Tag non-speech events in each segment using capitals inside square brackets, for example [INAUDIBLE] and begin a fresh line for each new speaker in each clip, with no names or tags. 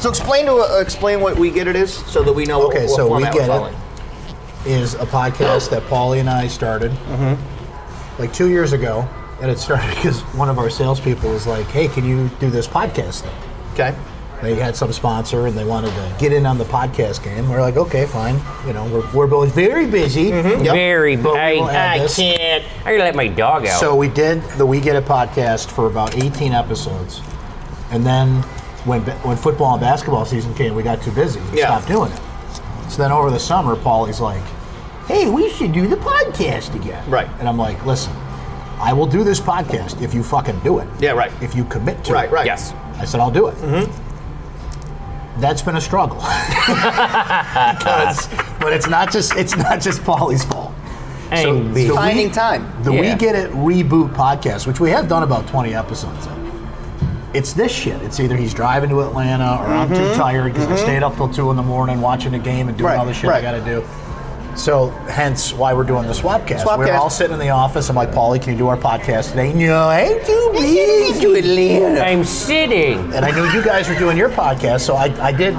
So explain to uh, explain what we get it is, so that we know
Okay,
what, what
so we
format
get
we're
it.
following.
is a podcast that Paulie and I started like two years ago, and it started [LAUGHS] because one of our salespeople was like, "Hey, can you do this podcast thing?"
Okay.
They had some sponsor and they wanted to get in on the podcast game. We're like, "Okay, fine." You know, we're, we're both very busy.
Mm-hmm. Very.
But we
I,
will add
I
this.
can't. I gotta let my dog out.
So we did the We Get It podcast for about 18 episodes, and then when ba- when football and basketball season came, we got too busy. We
Yeah.
stopped doing it. So then over the summer, Paulie's like, "Hey, we should do the podcast again."
Right.
And I'm like, "Listen, I will do this podcast if you fucking do it.
Yeah, right.
If you commit to
Right,
it.
right. Mm-hmm.
yes.
I said, "I'll do it." That's been a struggle [LAUGHS] because, but it's not just it's not just Paulie's fault.
And
so we-
Finding time.
the
Yeah.
We Get It reboot podcast, which we have done about 20 episodes of. It's this shit. It's either he's driving to Atlanta or I'm too tired because I stayed up till 2 in the morning watching a game and doing
Mm-hmm. Right,
all the shit
right.
I got to do. So, hence why we're doing the swapcast.
Swapcast.
We're all sitting in the office. I'm like, Paulie, can you do our podcast today? No, I do busy. to Atlanta.
I'm sitting.
And I knew you guys were doing your podcast, so I, I did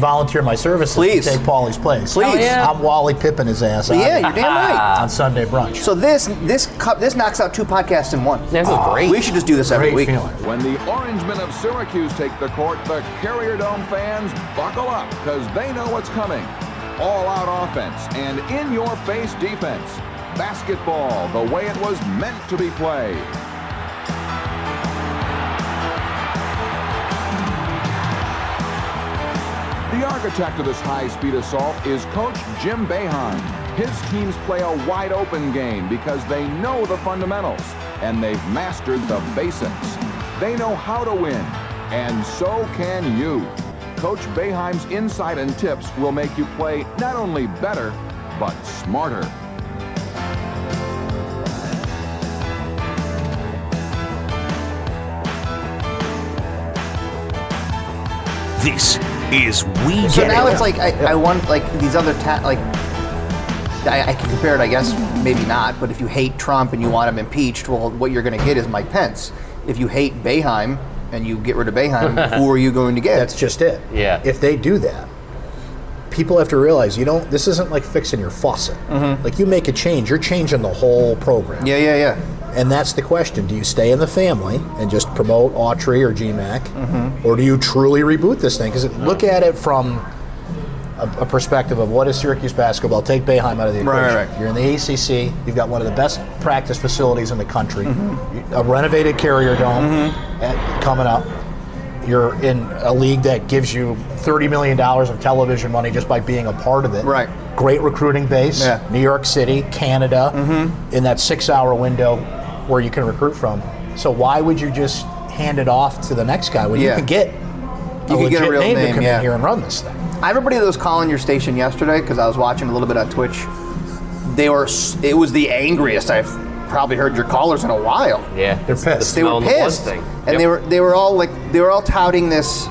volunteer my services
Please.
to take Paulie's place.
Please. Hell
yeah.
I'm Wally Pippin his ass.
Yeah,
on-
you're damn right.
on Sunday brunch.
So this this cu- this knocks out two podcasts in one. Ah.
This is great.
We should just do this every
Great
week.
feeling.
When the Orangemen of Syracuse take the court, the Carrier Dome fans buckle up because they know what's coming. All out offense and in your face defense. Basketball, the way it was meant to be played. The architect of this high-speed assault is Coach Jim Behan. His teams play a wide-open game because they know the fundamentals and they've mastered the basics. They know how to win, and so can you. Coach Beheim's insight and tips will make you play not only better, but smarter.
This is We Get
So now
It.
it's like I, I want like these other ta- like I, I can compare it, I guess maybe not. But if you hate Trump and you want him impeached, well, what you're going to get is Mike Pence. If you hate Beheim and you get rid of
[LAUGHS]
Beheim, who are you going to get?
That's just it.
Yeah.
If they do that, people have to realize you don't. This isn't like fixing your faucet. Like you make a change, you're changing the whole program.
yeah, yeah, yeah.
And that's the question: Do you stay in the family and just promote Autry or GMAC,
Mm-hmm.
or do you truly reboot this thing? Because look at it from a, a perspective of what is Syracuse basketball? Take Bayheim out of the equation.
Right, right, right.
You're in the ACC. You've got one of the best practice facilities in the country.
Mm-hmm.
A renovated Carrier Dome at- coming up. You're in a league that gives you thirty million dollars of television money just by being a part of it.
Right.
Great recruiting base.
Yeah. Mm-hmm.
New York City, Canada, in that six-hour window where you can recruit from. So why would you just hand it off to the next guy when
Yeah.
you could get
You
a
could get a
legit
real
name,
name,
to come
yeah.
in here and run this thing?
Everybody that was calling your station yesterday because I was watching a little bit on Twitch. They were. s- It was the angriest I've probably heard your callers in a while.
yeah.
They're pissed.
they were
Smell the one
pissed,
thing.
and
Yep.
they were they were all like they were all touting this.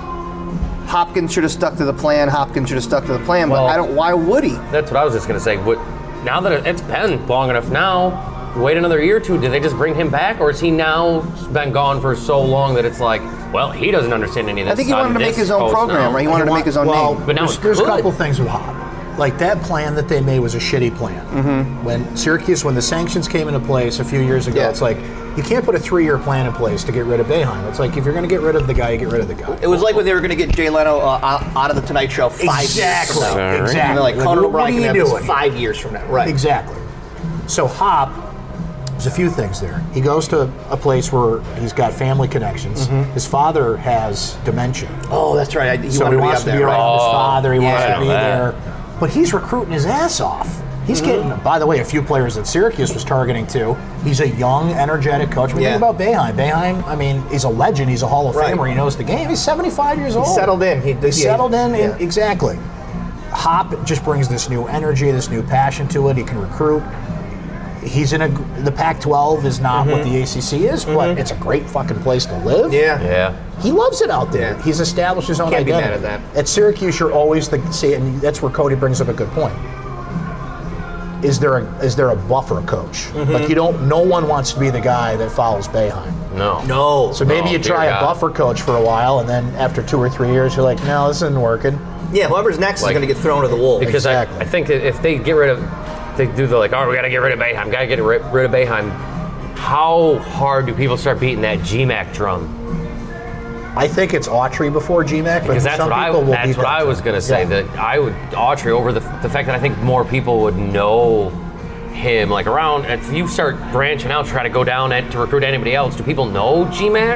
Hopkins should have stuck to the plan. Hopkins should have stuck to the plan.
Well-
but I don't. Why would he?
That's what I was just gonna say. What now that it's been long enough now, wait another year or two. Did they just bring him back, or is he now been gone for so long that it's like, well, he doesn't understand any of this?
I think he
on
wanted to make
this
his own
post
program,
now.
right? He wanted to make his own
well,
name.
But now
there's,
it
there's a
could.
couple things with Hop. Like that plan that they made was a shitty plan. When Syracuse, when the sanctions came into place a few years ago,
Mm-hmm. Yeah.
it's like you can't put a three-year plan in place to get rid of Beheim. It's like if you're going to get rid of the guy, you get rid of the guy.
It was like when they were going to get Jay Leno uh, out- out of the Tonight Show five
exactly.
years from now.
Exactly.
And they're like
Like,
Conan
what-
O'Brien
what
can
are
have
you
this
doing?
five years from now, right?
Exactly. So Hop, there's a few things there. He goes to a place where he's got family connections.
Mm-hmm.
His father has dementia.
Oh, that's right. I, he
so
wanted
he wants
up
to be
there, right?
around his
Oh,
father. He wants
yeah,
to be
that.
there, but he's recruiting his ass off. He's
Mm-hmm.
getting, by the way, a few players that Syracuse was targeting too. He's a young, energetic coach. I mean,
Yeah.
think about Beheim. Beheim, I mean, he's a legend. He's a Hall of
Right.
Famer. He knows the game. He's 75 years old.
settled in. He-
He, settled in.
yeah.
and- exactly. Hop just brings this new energy, this new passion to it. He can recruit. He's in a. The Pac-12 is not what the ACC is, but it's a great fucking place to live.
Mm-hmm. Yeah.
Yeah.
He loves it out there.
Yeah.
He's established his own
Can't be
identity.
mad at that.
At Syracuse, you're always the see, and that's where Cody brings up a good point. is there a, is there a buffer coach?
Mm-hmm.
Like you don't. No one wants to be the guy that follows Beheim.
No.
No.
So maybe
Oh,
you
dear
try a
God.
buffer coach for a while, and then after two or three years, you're like, no, this isn't working.
yeah, whoever's next
Like-
is going to get thrown to the wolves.
Because
Exactly.
I, I think that if they get rid of, they do the like, oh, we got to get rid of Bayheim, got to get ri- rid of Bayheim. How hard do people start beating that GMAC drum?
I think it's Autry before GMAC, but
Because that's
some
what I
people will beat
that's what
that
I was gonna say.
Yeah.
That I would Autry over the the fact that I think more people would know him like around. If you start branching out, try to go down and to recruit anybody else. Do people know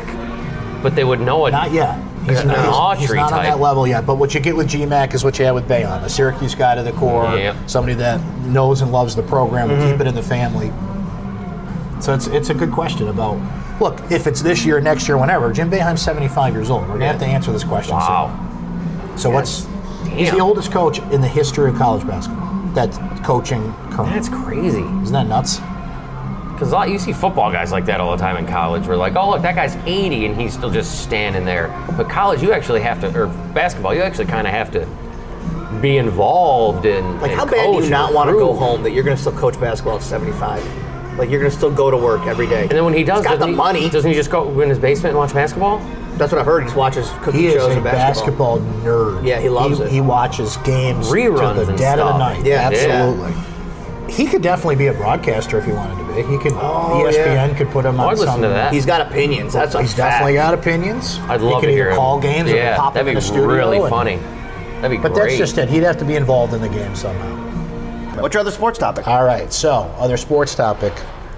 GMAC? But they would know it.
Not yet. He's,
An
not- he's
Autry
not on
type.
that level yet. But what you get with GMAC is what you had with Bayonne, a Syracuse guy to the core,
Yep.
somebody that knows and loves the program, will
Mm-hmm.
keep it in the family. So it's it's a good question about. Look, if it's this year, next year, whenever, Jim Beheim's 75 years old. We're gonna have to answer this question. soon.
Wow.
So what's he's the
Damn.
oldest coach in the history of college basketball that's coaching current.
That's crazy.
Isn't that nuts?
Because a lot you see football guys like that all the time in college. We're like, oh look, that guy's 80 and he's still just standing there. But college, you actually have to, or basketball, you actually kind of have to be involved in.
Like,
and
how bad do
coach
you
and
not want to
recruit.
go home that you're going to still coach basketball at 75? Like, you're going to still go to work every day.
And then when he does,
he's got
doesn't
the
he-
money.
doesn't he just go in his basement and watch basketball?
That's what I heard. He just watches cooking
He is
shows
a
and basketball.
basketball nerd.
Yeah, he loves it.
He watches games
Reruns
to the
and
dead of
stuff.
the night.
Yeah.
absolutely. He could definitely be a broadcaster if he wanted to be. He could. E
Oh,
ESPN
yeah.
could put him
Oh,
on.
I'd listen
some-
to that.
He's got opinions. That's a
He's
fact.
definitely got opinions.
I'd love
he could
to hear him.
call games
Yeah,
and pop
that'd
up in
be
the studio.
really
and-
funny. That'd be
But
great.
that's just it. He'd have to be involved in the game somehow.
What's your other sports topic?
All right. So, other sports topic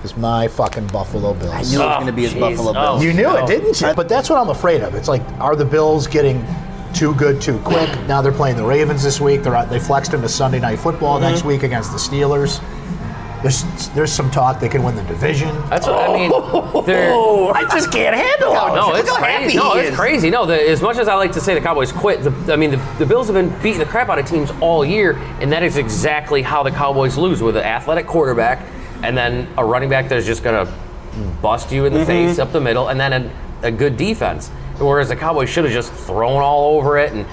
is my fucking Buffalo Bills.
I knew it was going to be his
jeez.
Buffalo
Oh.
Bills.
You knew
No.
it, didn't you? But that's what I'm afraid of. It's like, are the Bills getting too good too quick?
Mm-hmm.
Now they're playing the Ravens this week. They're out, they flexed them to Sunday Night Football
Mm-hmm.
next week against the Steelers. There's there's some talk they can win the division.
That's what I
[LAUGHS]
mean. They're,
Oh, I just can't handle it.
no, it's
how
crazy.
happy
no,
he
it's
is.
crazy. No, the, as much as I like to say the Cowboys quit, the, I mean the, the Bills have been beating the crap out of teams all year, and that is exactly how the Cowboys lose with an athletic quarterback and then a running back that's just gonna bust you in
Mm-hmm.
the face up the middle, and then a, a good defense. Whereas the Cowboys should have just thrown all over it and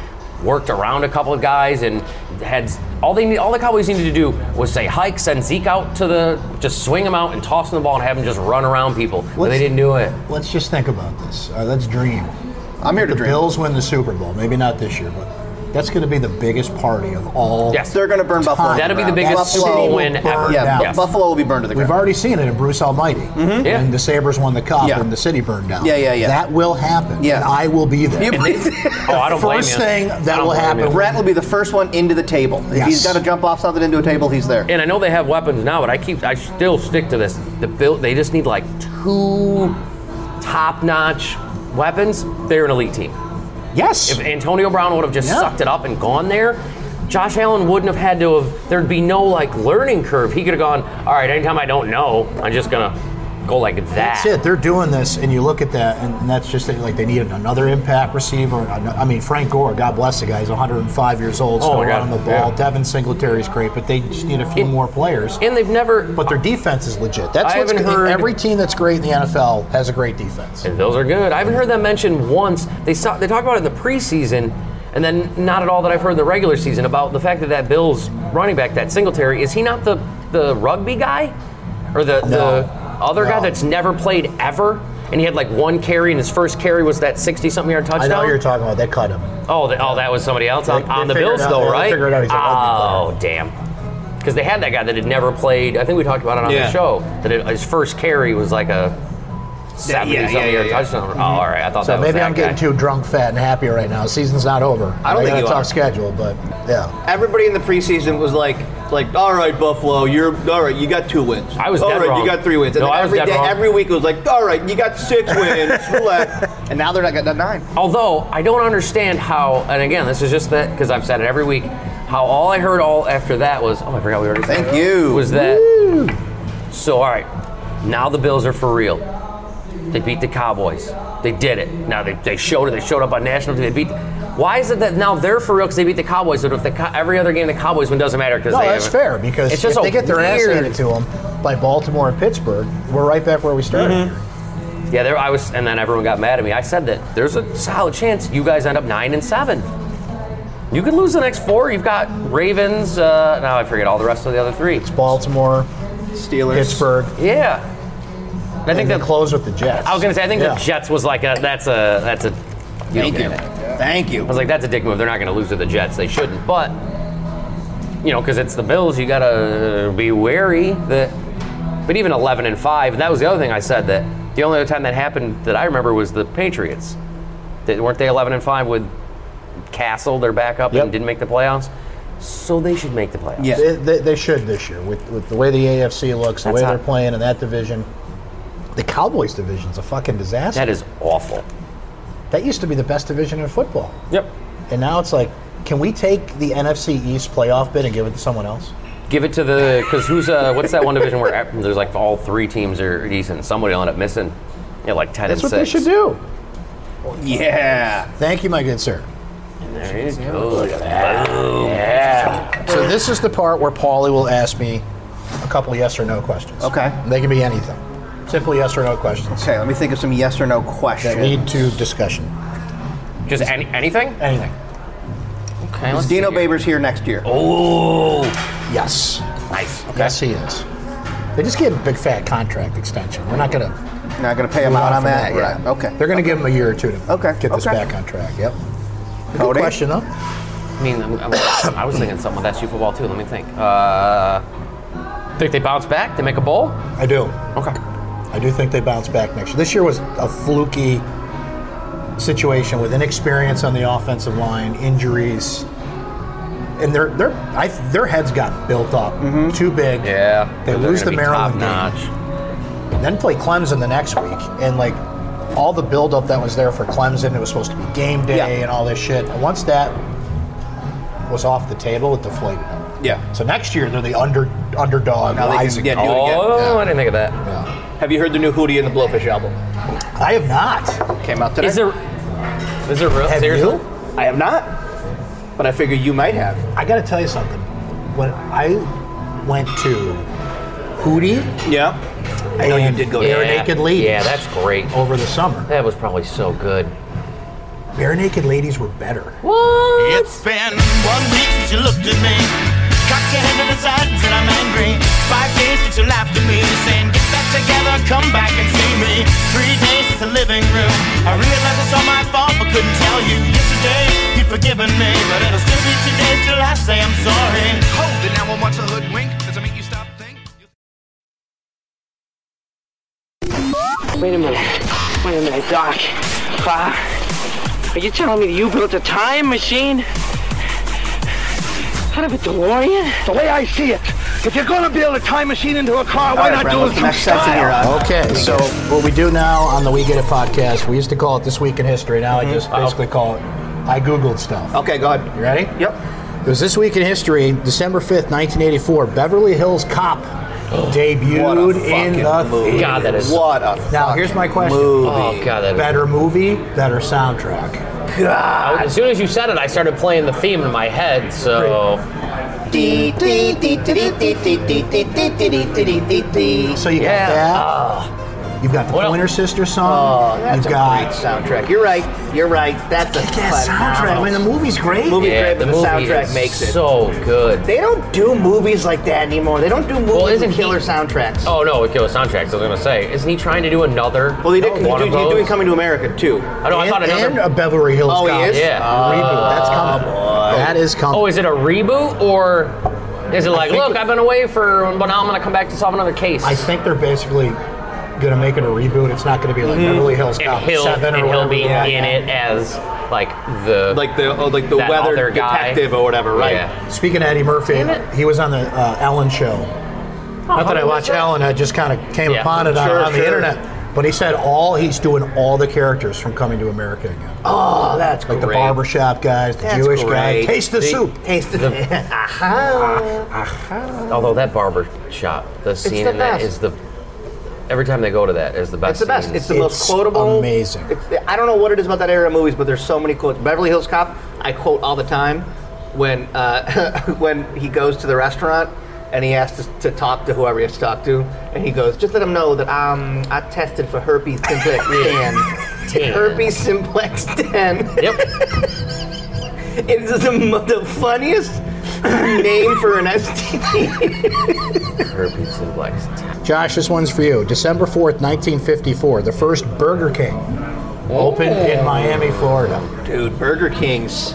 worked around a couple of guys and had all they need, all the Cowboys needed to do was say hike, send Zeke out to the, just swing him out and toss him the ball and have him just run around people. But they
Let's-
didn't do it.
Let's just think about this. All right, let's dream.
I'm here to
The
dream.
Bills win the Super Bowl. Maybe not this year, but that's going to be the biggest party of all.
Yes.
They're going to burn Buffalo. to
That'll be the
ground.
biggest
Buffalo
Super Bowl
will
win
burn-
ever.
Yeah, Bu-
Yes.
Buffalo will be burned to the
We've
ground.
already seen it in Bruce Almighty. Mm-hmm.
Yeah.
When the Sabres won the cup
Yeah.
and the city burned down.
Yeah, yeah, yeah.
That will happen.
Yeah.
And I will be there.
You-
[LAUGHS] Oh, I don't blame you.
First thing
I
that
don't
will
blame
happen.
you.
Brett will be the first one into the table. If
Yes.
he's got to jump off something into a table, he's there.
And I know they have weapons now, but I keep I still stick to this. The bill they just need like two top-notch weapons. They're an elite team.
Yes.
If Antonio Brown would have just
Yeah.
sucked it up and gone there, Josh Allen wouldn't have had to have. There'd be no like learning curve. He could have gone. All right, anytime I don't know, I'm just gonna go like that. [LAUGHS]
That's it. They're doing this, and you look at that, and, and that's just it. like they need another impact receiver. ano- I mean, Frank Gore, God bless the guy, he's 105 years old,
Oh,
still
my God.
running the ball.
Yeah.
Devin Singletary's great, but they just need a few
It-
more players.
And they've never.
but their defense is legit. That's
I
what's
haven't
gonna-
heard-
every team that's great in the NFL has a great defense.
And those are good. I haven't heard them mentioned once. They saw, they talk about it in the preseason, and then not at all that I've heard in the regular season about the fact that that Bills running back, that Singletary, is he not the the rugby guy or the the other guy
No.
that's never played ever? And he had like one carry, and his first carry was that sixty-something yard touchdown.
I know what you're talking about. They cut him.
Oh, the, oh, that was somebody else on,
They- they
on the
figured
Bills,
out-
though,
they
right?
figured out he's a rugby
oh, damn. Because they had that guy that had never played. I think we talked about it on
Yeah.
the show that it, his first carry was like a seventy
yeah,
something
yeah,
yard
yeah.
touchdown. Oh, all right. I
Mm-hmm.
thought
So
that was
maybe
that
I'm getting
guy.
too drunk, fat, and happy right now. Season's not over.
I don't
they
think you
got a tough
are.
schedule, but yeah.
Everybody in the preseason was like, like, all right, Buffalo, you're all right. You got two wins.
I was
all
dead
right.
wrong.
You got three wins. And
No,
then
I was
every
dead
day-
wrong.
every week it was like, all right, you got
[LAUGHS]
six wins. Relax.
And now they're not got nine.
Although I don't understand how, and again, this is just that because I've said it every week. How all I heard all after that was, oh, I forgot we already. said
Thank
that.
you.
Was that? So all right, now the Bills are for real. They beat the Cowboys. They did it. Now they, they showed it. They showed up on national. TV. They beat. Why is it that now they're for real because they beat the Cowboys? But if the Co- every other game the Cowboys win doesn't matter because
No,
they
that's
haven't-
fair because
It's just
if
a
they get their ass
weird-
handed to them by Baltimore and Pittsburgh, we're right back where we started.
Mm-hmm. Yeah, there I was, and then everyone got mad at me. I said that there's a solid chance you guys end up nine and seven. You could lose the next four. You've got Ravens. Uh, now I forget all the rest of the other three.
Baltimore,
Steelers.
Pittsburgh.
Yeah. And
I
I think
think they
that.
close with the Jets.
I was gonna say I think
Yeah.
the Jets was like a that's a that's a. you
Thank
know,
you. Thank you.
I was like, that's a dick move. They're not going to lose to the Jets. They shouldn't. But, you know, because it's the Bills, you got to be wary that. But even 11 and 5, and that was the other thing I said that the only other time that happened that I remember was the Patriots. They, weren't they 11 and 5 with Castle, their backup,
Yep.
and didn't make the playoffs? So they should make the playoffs.
Yeah.
They, they, they should this year with, with the way the AFC looks, the
That's
way
hot.
they're playing in that division. The Cowboys division's a fucking disaster.
That is awful.
that used to be the best division in football.
Yep.
And now it's like, can we take the NFC East playoff bid and give it to someone else?
Give it to the because who's uh what's that one division where ev- there's like all three teams are decent. Somebody will end up missing. Yeah, like ten
That's
and
what
six.
they should do.
Yeah.
Thank you, my good sir.
There you go. Look at that.
So this is the part where Paulie will ask me a couple yes or no questions.
Okay.
And They can be anything. Simple yes or no questions
Okay, let me think of some yes or no
that
questions.
lead to discussion.
Just any, anything?
Anything.
Okay.
Is
let's
Dino
see here.
Babers here next year? Oh.
Oh,
Yes.
nice. Okay.
Yes, he is. They just gave him a big fat contract extension. We're not going to
Not going to pay him out on that? Right. Okay.
They're going to give him a year or two to
Okay,
get this
okay.
back on track. Yep. Good
Cody?
question, though.
I mean, I'm, I'm- I was thinking something with SU football too. Let me think. Uh, think they bounce back? They make a bowl?
I do.
Okay.
I do think they bounce back next year. This year was a fluky situation with inexperience on the offensive line, injuries, and their their I, their heads got built up too big.
Mm-hmm. Yeah.
They
They're
lose the
gonna be
Maryland game.
Top-notch.
Then play Clemson the next week, and like all the buildup that was there for Clemson, it was supposed to be game day
Yeah.
and all this shit. And once that was off the table, it deflated them.
Yeah.
So next year they're the under underdog.
Now they can
rising.
get- Do it again.
Oh, I didn't think of that.
Yeah.
Have you heard the new Hootie and the Blowfish album?
I have not.
Came out today.
Is there? Is there real?
Have
seriously?
you?
I have not, but I figure you might have.
I got to tell you something. When I went to Hootie,
Yeah. I know you did go
Bare
there.
Yeah.
Naked Ladies.
Yeah, that's great.
over the summer.
Oh, That was probably so good.
Bare Naked Ladies were better.
What?
It's been one week since you looked at me. Cocked your head to the side and said I'm angry. Five days since you laughed at me, saying get back together, come back and see me. Three days since the living room. I realized it's all my fault, but couldn't tell you. Yesterday you'd forgiven me, but it'll still be two days till I say I'm sorry.
Hold it now, I want your hoodwink. Does it make you stop think?
Wait a minute. Wait a minute, Doc. Pa, are you telling me that you built a time machine? Out of a DeLorean? The way I see it, if you're gonna build a time machine into a car,
All right, Brent, what's the next section here? Uh,
Okay, so what we do now on the We Get It podcast, we used to call it This Week in History. Now I just basically call it I Googled stuff.
Okay, go ahead.
You ready?
Yep.
It was this week in history, December 5th, 1984. Beverly Hills Cop
What a
debuted
fucking
in the
movie.
God, that is-
What a
Now,
fucking
here's my question.
movie.
Oh god, that was
Better movie, better soundtrack.
I- as soon as you said it, I started playing the theme in my head. So
So you
Yeah.
got that. You've got the
What else?
Pointer Sister
Oh,
song.
That's
you've
a
got
great soundtrack. You're right. You're right. That's a
that soundtrack. I
phenomenal-
mean, the movie's great.
Movie
yeah,
great,
the
but the,
movie
soundtrack
is
makes it.
so good.
They don't do movies like that anymore. They don't do movies
isn't
with killer
he-
soundtracks.
Oh no, it kills soundtracks. I was gonna say, isn't he trying to do another?
well, they did.
one
he's
of those?
doing Coming to America too.
I know. I
and,
thought
and
another.
a Beverly Hills
Oh, he
Cop
is?
Yeah.
reboot. That's coming. That is coming.
oh, is it a reboot or is it like,
think
look,
it-
I've been away for, but now I'm gonna come back to solve another case?
I think they're basically going to make it a reboot. It's not going to be like Beverly Hills
and
Cop
he'll
Seven or
and he'll
whatever.
be
Yeah,
in
yeah.
it as like the
Like the oh, like the
That
weather
other guy.
detective or whatever, right?
Yeah.
Speaking of Eddie Murphy, he was on the uh, Ellen show. Not that I watch Ellen, I just kind of came
Yeah.
upon it on,
Sure,
on the
sure.
internet. But he said all he's doing all the characters from Coming to America again.
Oh, that's
like the
great.
barbershop guys, the
That's
Jewish guy.
great.
Taste the,
They-
soup. Taste the, [LAUGHS] aha. aha.
Although that barber shop, the scene
the
in that
best.
is the. Every time they go to that is the best.
It's the best.
scene.
It's the
It's
most quotable.
amazing.
It's, I don't know what it is about that era of movies, but there's so many quotes. Beverly Hills Cop, I quote all the time when uh, [LAUGHS] when he goes to the restaurant and he asks to, to talk to whoever he has to talk to, and he goes, "Just let him know that um, I tested for herpes
[LAUGHS]
simplex 10.
Ten.
Herpes simplex 10."
Yep.
[LAUGHS] It is the, mo- the funniest [LAUGHS] name for an STD.
Herpes simplex.
Josh, this one's for you. December 4th, 1954, the first Burger King opened in Miami, Florida.
Dude, Burger Kings.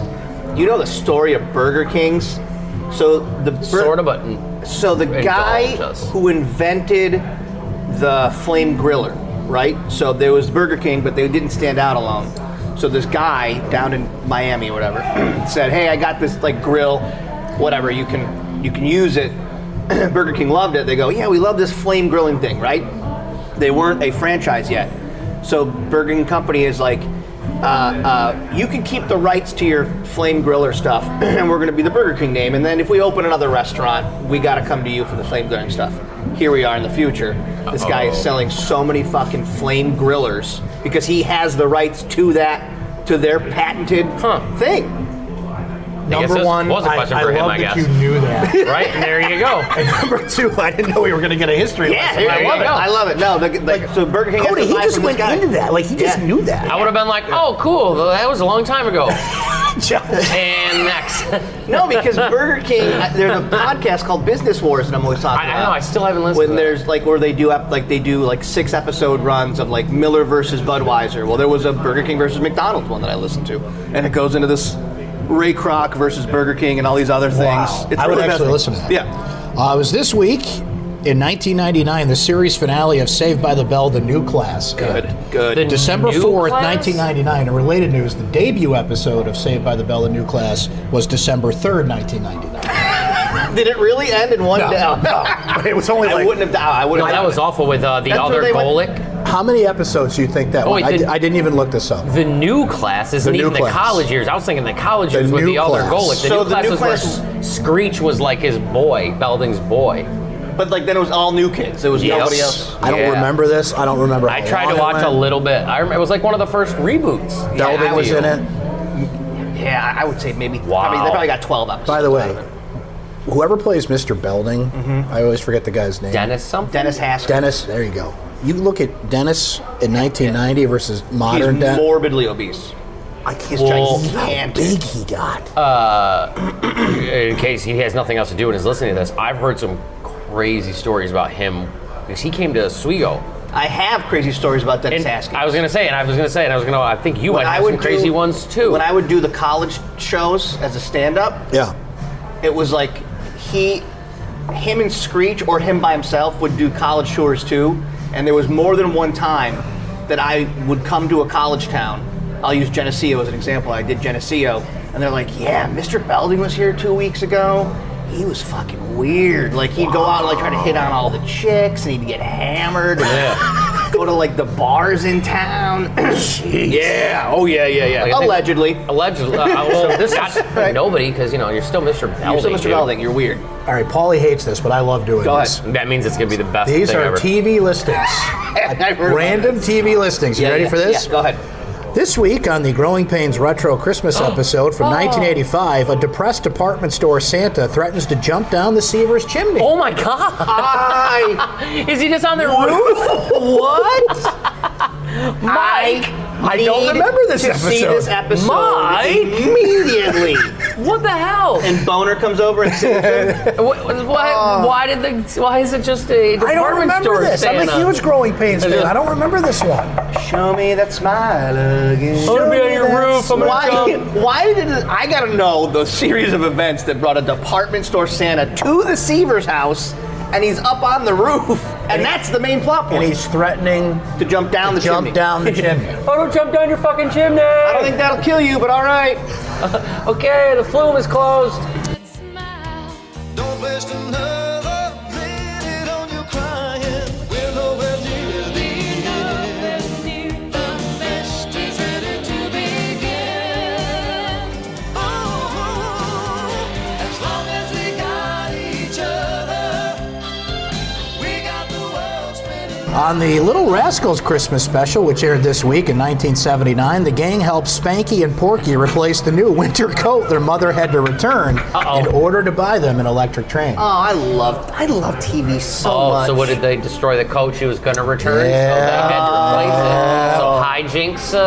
You know the story of Burger Kings? So the bur-
Sort of, but
So the
Indulge
guy
us.
who invented the flame griller, right? So there was Burger King, but they didn't stand out alone. So this guy down in Miami or whatever [CLEARS THROAT] said, "Hey, I got this like grill, whatever. You can you can use it." [CLEARS THROAT] Burger King loved it. They go, "Yeah, we love this flame grilling thing, right?" They weren't a franchise yet. So Burger King company is like, uh, uh, "You can keep the rights to your flame griller stuff, [CLEARS THROAT] and we're going to be the Burger King name. And then if we open another restaurant, we got to come to you for the flame grilling stuff." Here we are in the future. This guy is selling so many fucking flame grillers because he has the rights to that, to their patented
Huh.
thing.
Number
this
one,
was a question
I,
for
I
him,
love
I
that
guess.
you knew
[LAUGHS]
that.
right? And there you
[LAUGHS]
go.
Number two, I didn't know we were going to get a history
Yeah,
lesson.
here,
I
I
love
love
it.
it. I love it. No, the, the, so Burger King. has
Cody,
to
he
buy
just
from
went
this guy.
into that. Like he just
Yeah.
knew
[LAUGHS]
that.
I would have been like, oh, cool. That was a long time ago.
Josh.
And next. [LAUGHS]
No, because Burger King, I- there's a podcast called Business Wars, and I'm always talking.
I- I
about.
know, I still haven't listened
When
to that.
there's like where they do ep- like they do like six episode runs of like Miller versus Budweiser. Well, there was a Burger King versus McDonald's one that I listened to, and it goes into this Ray Kroc versus Burger King and all these other things.
Wow. I would
really
actually
fascinating.
listen to that.
Yeah.
Uh, it was this week in 1999, the series finale of Saved by the Bell, The New Class. Good.
Good.
The
December
new
4th,
class?
1999. In related news, the debut episode of Saved by the Bell, The New Class was December 3rd,
[LAUGHS]
1999.
Did it really end in one down? [LAUGHS]
it was only
I
like.
wouldn't have. I would
No,
have.
that was awful with uh, the
That's where
other
they went-
Golic.
How many episodes do you think that
Oh,
was?
wait,
I,
the-
di- I didn't even look this up.
The new class isn't
The new
even
class.
the college years. I was thinking the college
The
years with
new
the other
class.
Golic. The
So the
new class
new
was
class-
where S- Screech was like his boy, Belding's boy.
But like then it was all new kids. There was
Yes.
nobody else.
I don't
Yeah.
remember this. I don't remember.
I
how
tried
long
to
it
watch a
went.
little bit. I remember it was like one of the first reboots.
Belding
I
was
do.
in it.
Yeah, I- I would say maybe.
Wow.
Probably, they probably got twelve episodes.
By the way, whoever plays Mr. Belding, I always forget the guy's name.
Mm-hmm. Dennis something.
Dennis Haskell.
Dennis, there you go. You look at Dennis in 1990 versus
He's
modern Dennis.
morbidly obese.
I can't
He's gigantic.
big he got.
Uh, in case he has nothing else to do and is listening to this, I've heard some crazy stories about him because he came to Oswego.
I have crazy stories about Dennis
And
Haskell.
I was gonna say, and I was gonna say, and I was gonna. I think you
When
might
I
have some
would
crazy
do-
ones too.
When I would do the college shows as a stand-up,
yeah.
it was like he, him and Screech, or him by himself, would do college tours too. And there was more than one time that I would come to a college town. I'll use Geneseo as an example. I did Geneseo, and they're like, "Yeah, Mr. Belding was here two weeks ago. He was fucking weird. Like he'd go out and like try to hit on all the chicks, and he'd get hammered. and Go to like the bars in town. [CLEARS THROAT] yeah. Oh yeah. Yeah. Yeah.
Like, I think-
Allegedly.
Allegedly, uh, well, this is nobody because you know you're still Mr. Belding.
You're still Mr.
dude.
Belding. You're weird.
All right, Paulie hates this, but I love doing
Go
this.
ahead.
That means it's gonna be the best
These
thing
are
ever.
TV
[LAUGHS]
listings. Random TV listings. You
Yeah,
ready
yeah,
for this?
Yeah, go ahead.
This week on the Growing Pains Retro Christmas
Oh.
episode from 1985, a depressed department store Santa threatens to jump down the Seavers chimney.
oh my god!
[LAUGHS]
I
Is he just on the roof?
what?
Mike,
I don't
need
remember this
to See
episode.
this episode
Mike?
immediately.
what the hell?
and Boner comes over and sits there.
Wh- wh- why, why did the? Why is it just a department
Oh. I don't remember
store
this.
Santa?
I'm a huge Growing Pains
Is
fan.
it-
I don't remember this one.
Show me that smile again.
I'm gonna be on your roof. I'm
[LAUGHS]
gonna
Why,
jump.
why did it, I gotta know the series of events that brought a department store Santa to the Seavers house and he's up on the roof and that's the main plot
And
point
he's threatening
to jump down
to
the
jump
chimney.
down
[LAUGHS]
the chimney.
Oh, don't jump down your fucking chimney!
I don't think that'll kill you, but all right.
Okay, the flume is closed.
Don't waste another minute on your crying. We're nowhere near the end. The best is ready to begin. Oh, as long as we got each other, we got the world spinning.
On the Little Rascals Christmas special, which aired this week in 1979, the gang helped Spanky and Porky replace the new winter coat their mother had to return in order to buy them an electric train.
Oh, I love I love TV so
Oh,
much.
so what did they destroy the coach who was going to return? So they had to replace it. So hijinks uh,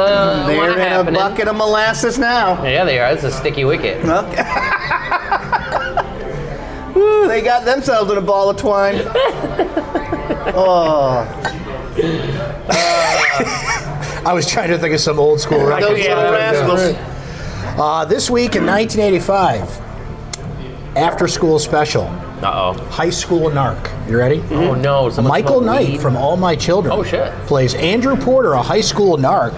They're
were
in
happening.
a bucket of molasses now.
Yeah, they are. It's a sticky wicket.
Woo, they got themselves in a ball of twine.
I was trying to think of some old school record.
Those
Yeah,
little
that
rascals.
Uh, this week in 1985, after school special,
Uh oh.
high school narc. You ready?
Oh no. someone
Michael
smoked
Knight
weed.
from All My Children
Oh, shit.
plays Andrew Porter, a high school narc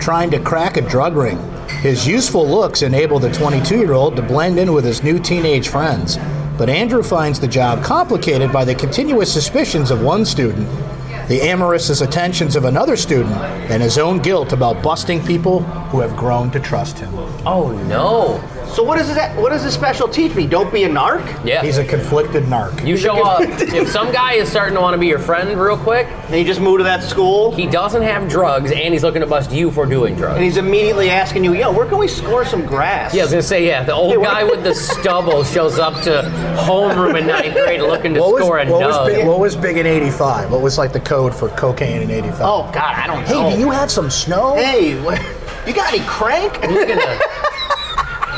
trying to crack a drug ring. His useful looks enable the 22 year old to blend in with his new teenage friends. But Andrew finds the job complicated by the continuous suspicions of one student, the amorous attentions of another student, and his own guilt about busting people who have grown to trust him.
Oh no.
So what does that? What does this special teach me? Don't be a narc.
Yeah.
He's a conflicted narc.
you show up. if some guy is starting to want to be your friend real quick,
And you just move to that school,
he doesn't have drugs and he's looking to bust you for doing drugs.
and he's immediately asking you, "Yo, where can we score some grass?"
Yeah, I was gonna say yeah. The old guy with the stubble shows up to homeroom in ninth grade looking to
What was,
score a
what, was
dub.
big, what was big in 85? What was like the code for cocaine in 85?
Oh God, I don't
Hey,
know.
do you have some snow?
Hey, wh- you got any crank?
Looking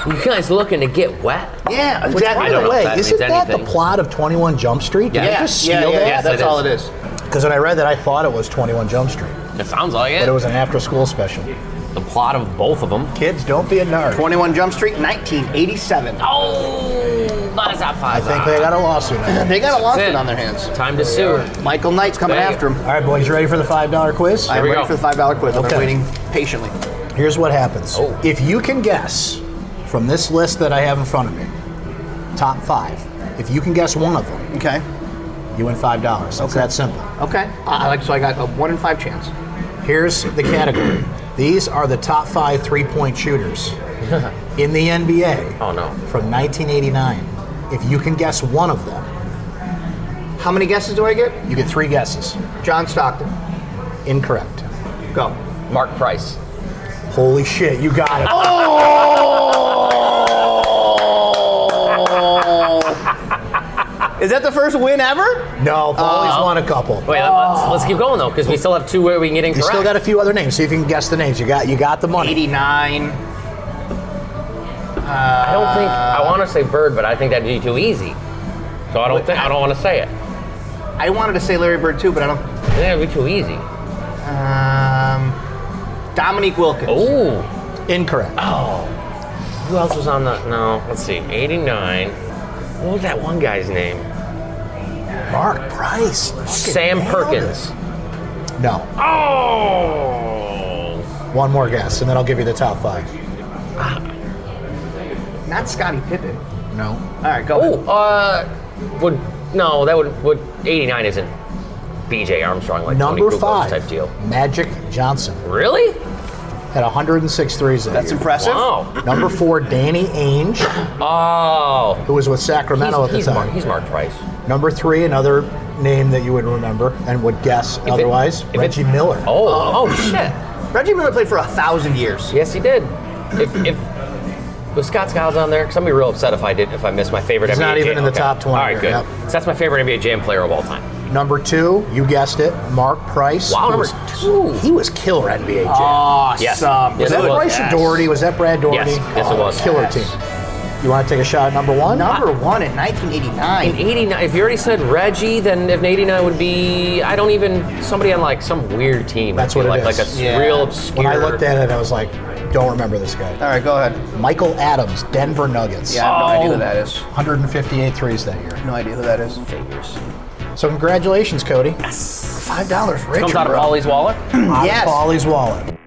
to- you guys looking to get wet?
yeah,
Which,
exactly.
by
I don't
the
know if
way,
that
isn't
means
that the
anything.
plot of 21 Jump Street? Did
Yeah.
you
yeah,
just
yeah,
steal
yeah, yeah,
Yes,
that?
That's
it
all
is.
it is.
Because when I read that, I thought it was 21 Jump Street,
That sounds like
but
it.
it was an after-school special.
the plot of both of them.
Kids, don't be a nerd.
21 Jump Street, 1987.
Oh, Maza
I think they got a lawsuit. on it.
They got a lawsuit on their hands.
Time to sue.
Michael Knight's coming
There you
after him.
All right, boys, you ready for the $5 quiz?
I'm
we
ready
go.
for the five dollar quiz. I've been
Okay.
waiting patiently.
Here's what happens.
Oh.
If you can guess from this list that I have in front of me, top five, if you can guess one of them,
Okay.
you win $5. It's that simple.
Okay. I I like so I got a one in five chance.
Here's the category. These are the top five three point shooters
[LAUGHS]
in the NBA
Oh no.
from 1989. If you can guess one of them,
How many guesses do I get?
you get three guesses.
John Stockton.
Incorrect.
Go.
Mark Price.
Holy shit, you got it.
Is that the first win ever?
No, Paulie's won a couple.
Uh-huh. Wait, let's, let's keep going though, because we still have two where we can get
You
incorrect.
still got a few other names. See if you can guess the names. You got you got the money.
89.
I don't think I want to say Bird, but I think that'd be too easy. So I don't think I don't want to say it.
I wanted to say Larry Bird too, but I don't.
That'd be too easy.
Um, Dominique Wilkins.
Oh.
Ooh.
Incorrect.
Uh-huh. Who else was on that? No, let's see. 89. What was that one guy's name?
Mark Price. Fucking
Sam
nailed
Perkins.
it. No.
Oh!
One more guess, and then I'll give you the top five.
Uh-huh.
Not Scottie Pippen.
No.
All right, go.
Oh, uh, would, no, that would, would, 89 isn't BJ Armstrong like
Number
Tony Kukoc
five.
type deal.
Magic Johnson
Really?
had 106 threes. that
That's
year.
impressive.
Wow.
Number four, Danny Ainge.
Oh.
who was with Sacramento
he's, he's,
at the time.
Mark, he's Mark Price.
Number three, another name that you would remember and would guess
it-
otherwise,
if it-
Reggie Miller.
Oh, oh, shit.
Reggie Miller played for a thousand years.
Yes, he did. If, if was Scott Skiles on there, because I'm gonna be real upset if I did if I missed my favorite.
He's
NBA
not even
Jam.
in the top 20
All right, good.
yep.
So that's my favorite NBA Jam player of all time.
Number two, you guessed it, Mark Price.
Wow,
who
number
was,
two.
He was killer NBA. Jam.
Awesome.
Yes.
was
Yes,
that
it was.
Bryce
Yes.
Doherty? Was that Brad Doherty? Oh,
Yes. Yes, it was.
Killer
Yes.
team. You want to take a shot at number one?
Number one in
In
1989.
'89, if you already said Reggie, then if '89 would be, I don't even somebody on like some weird team. I
That's what
feel
it
like,
is.
Like a
Yeah.
real obscure.
When I looked at it, I was like, don't remember this guy.
All right, go ahead.
Michael Adams, Denver Nuggets.
Yeah, I have no idea
Oh.
who that is.
158 threes that year.
No idea who that is.
So congratulations, Cody. Yes. Five dollars, Rich.
comes out of Paulie's wallet.
Yes.
Paulie's wallet.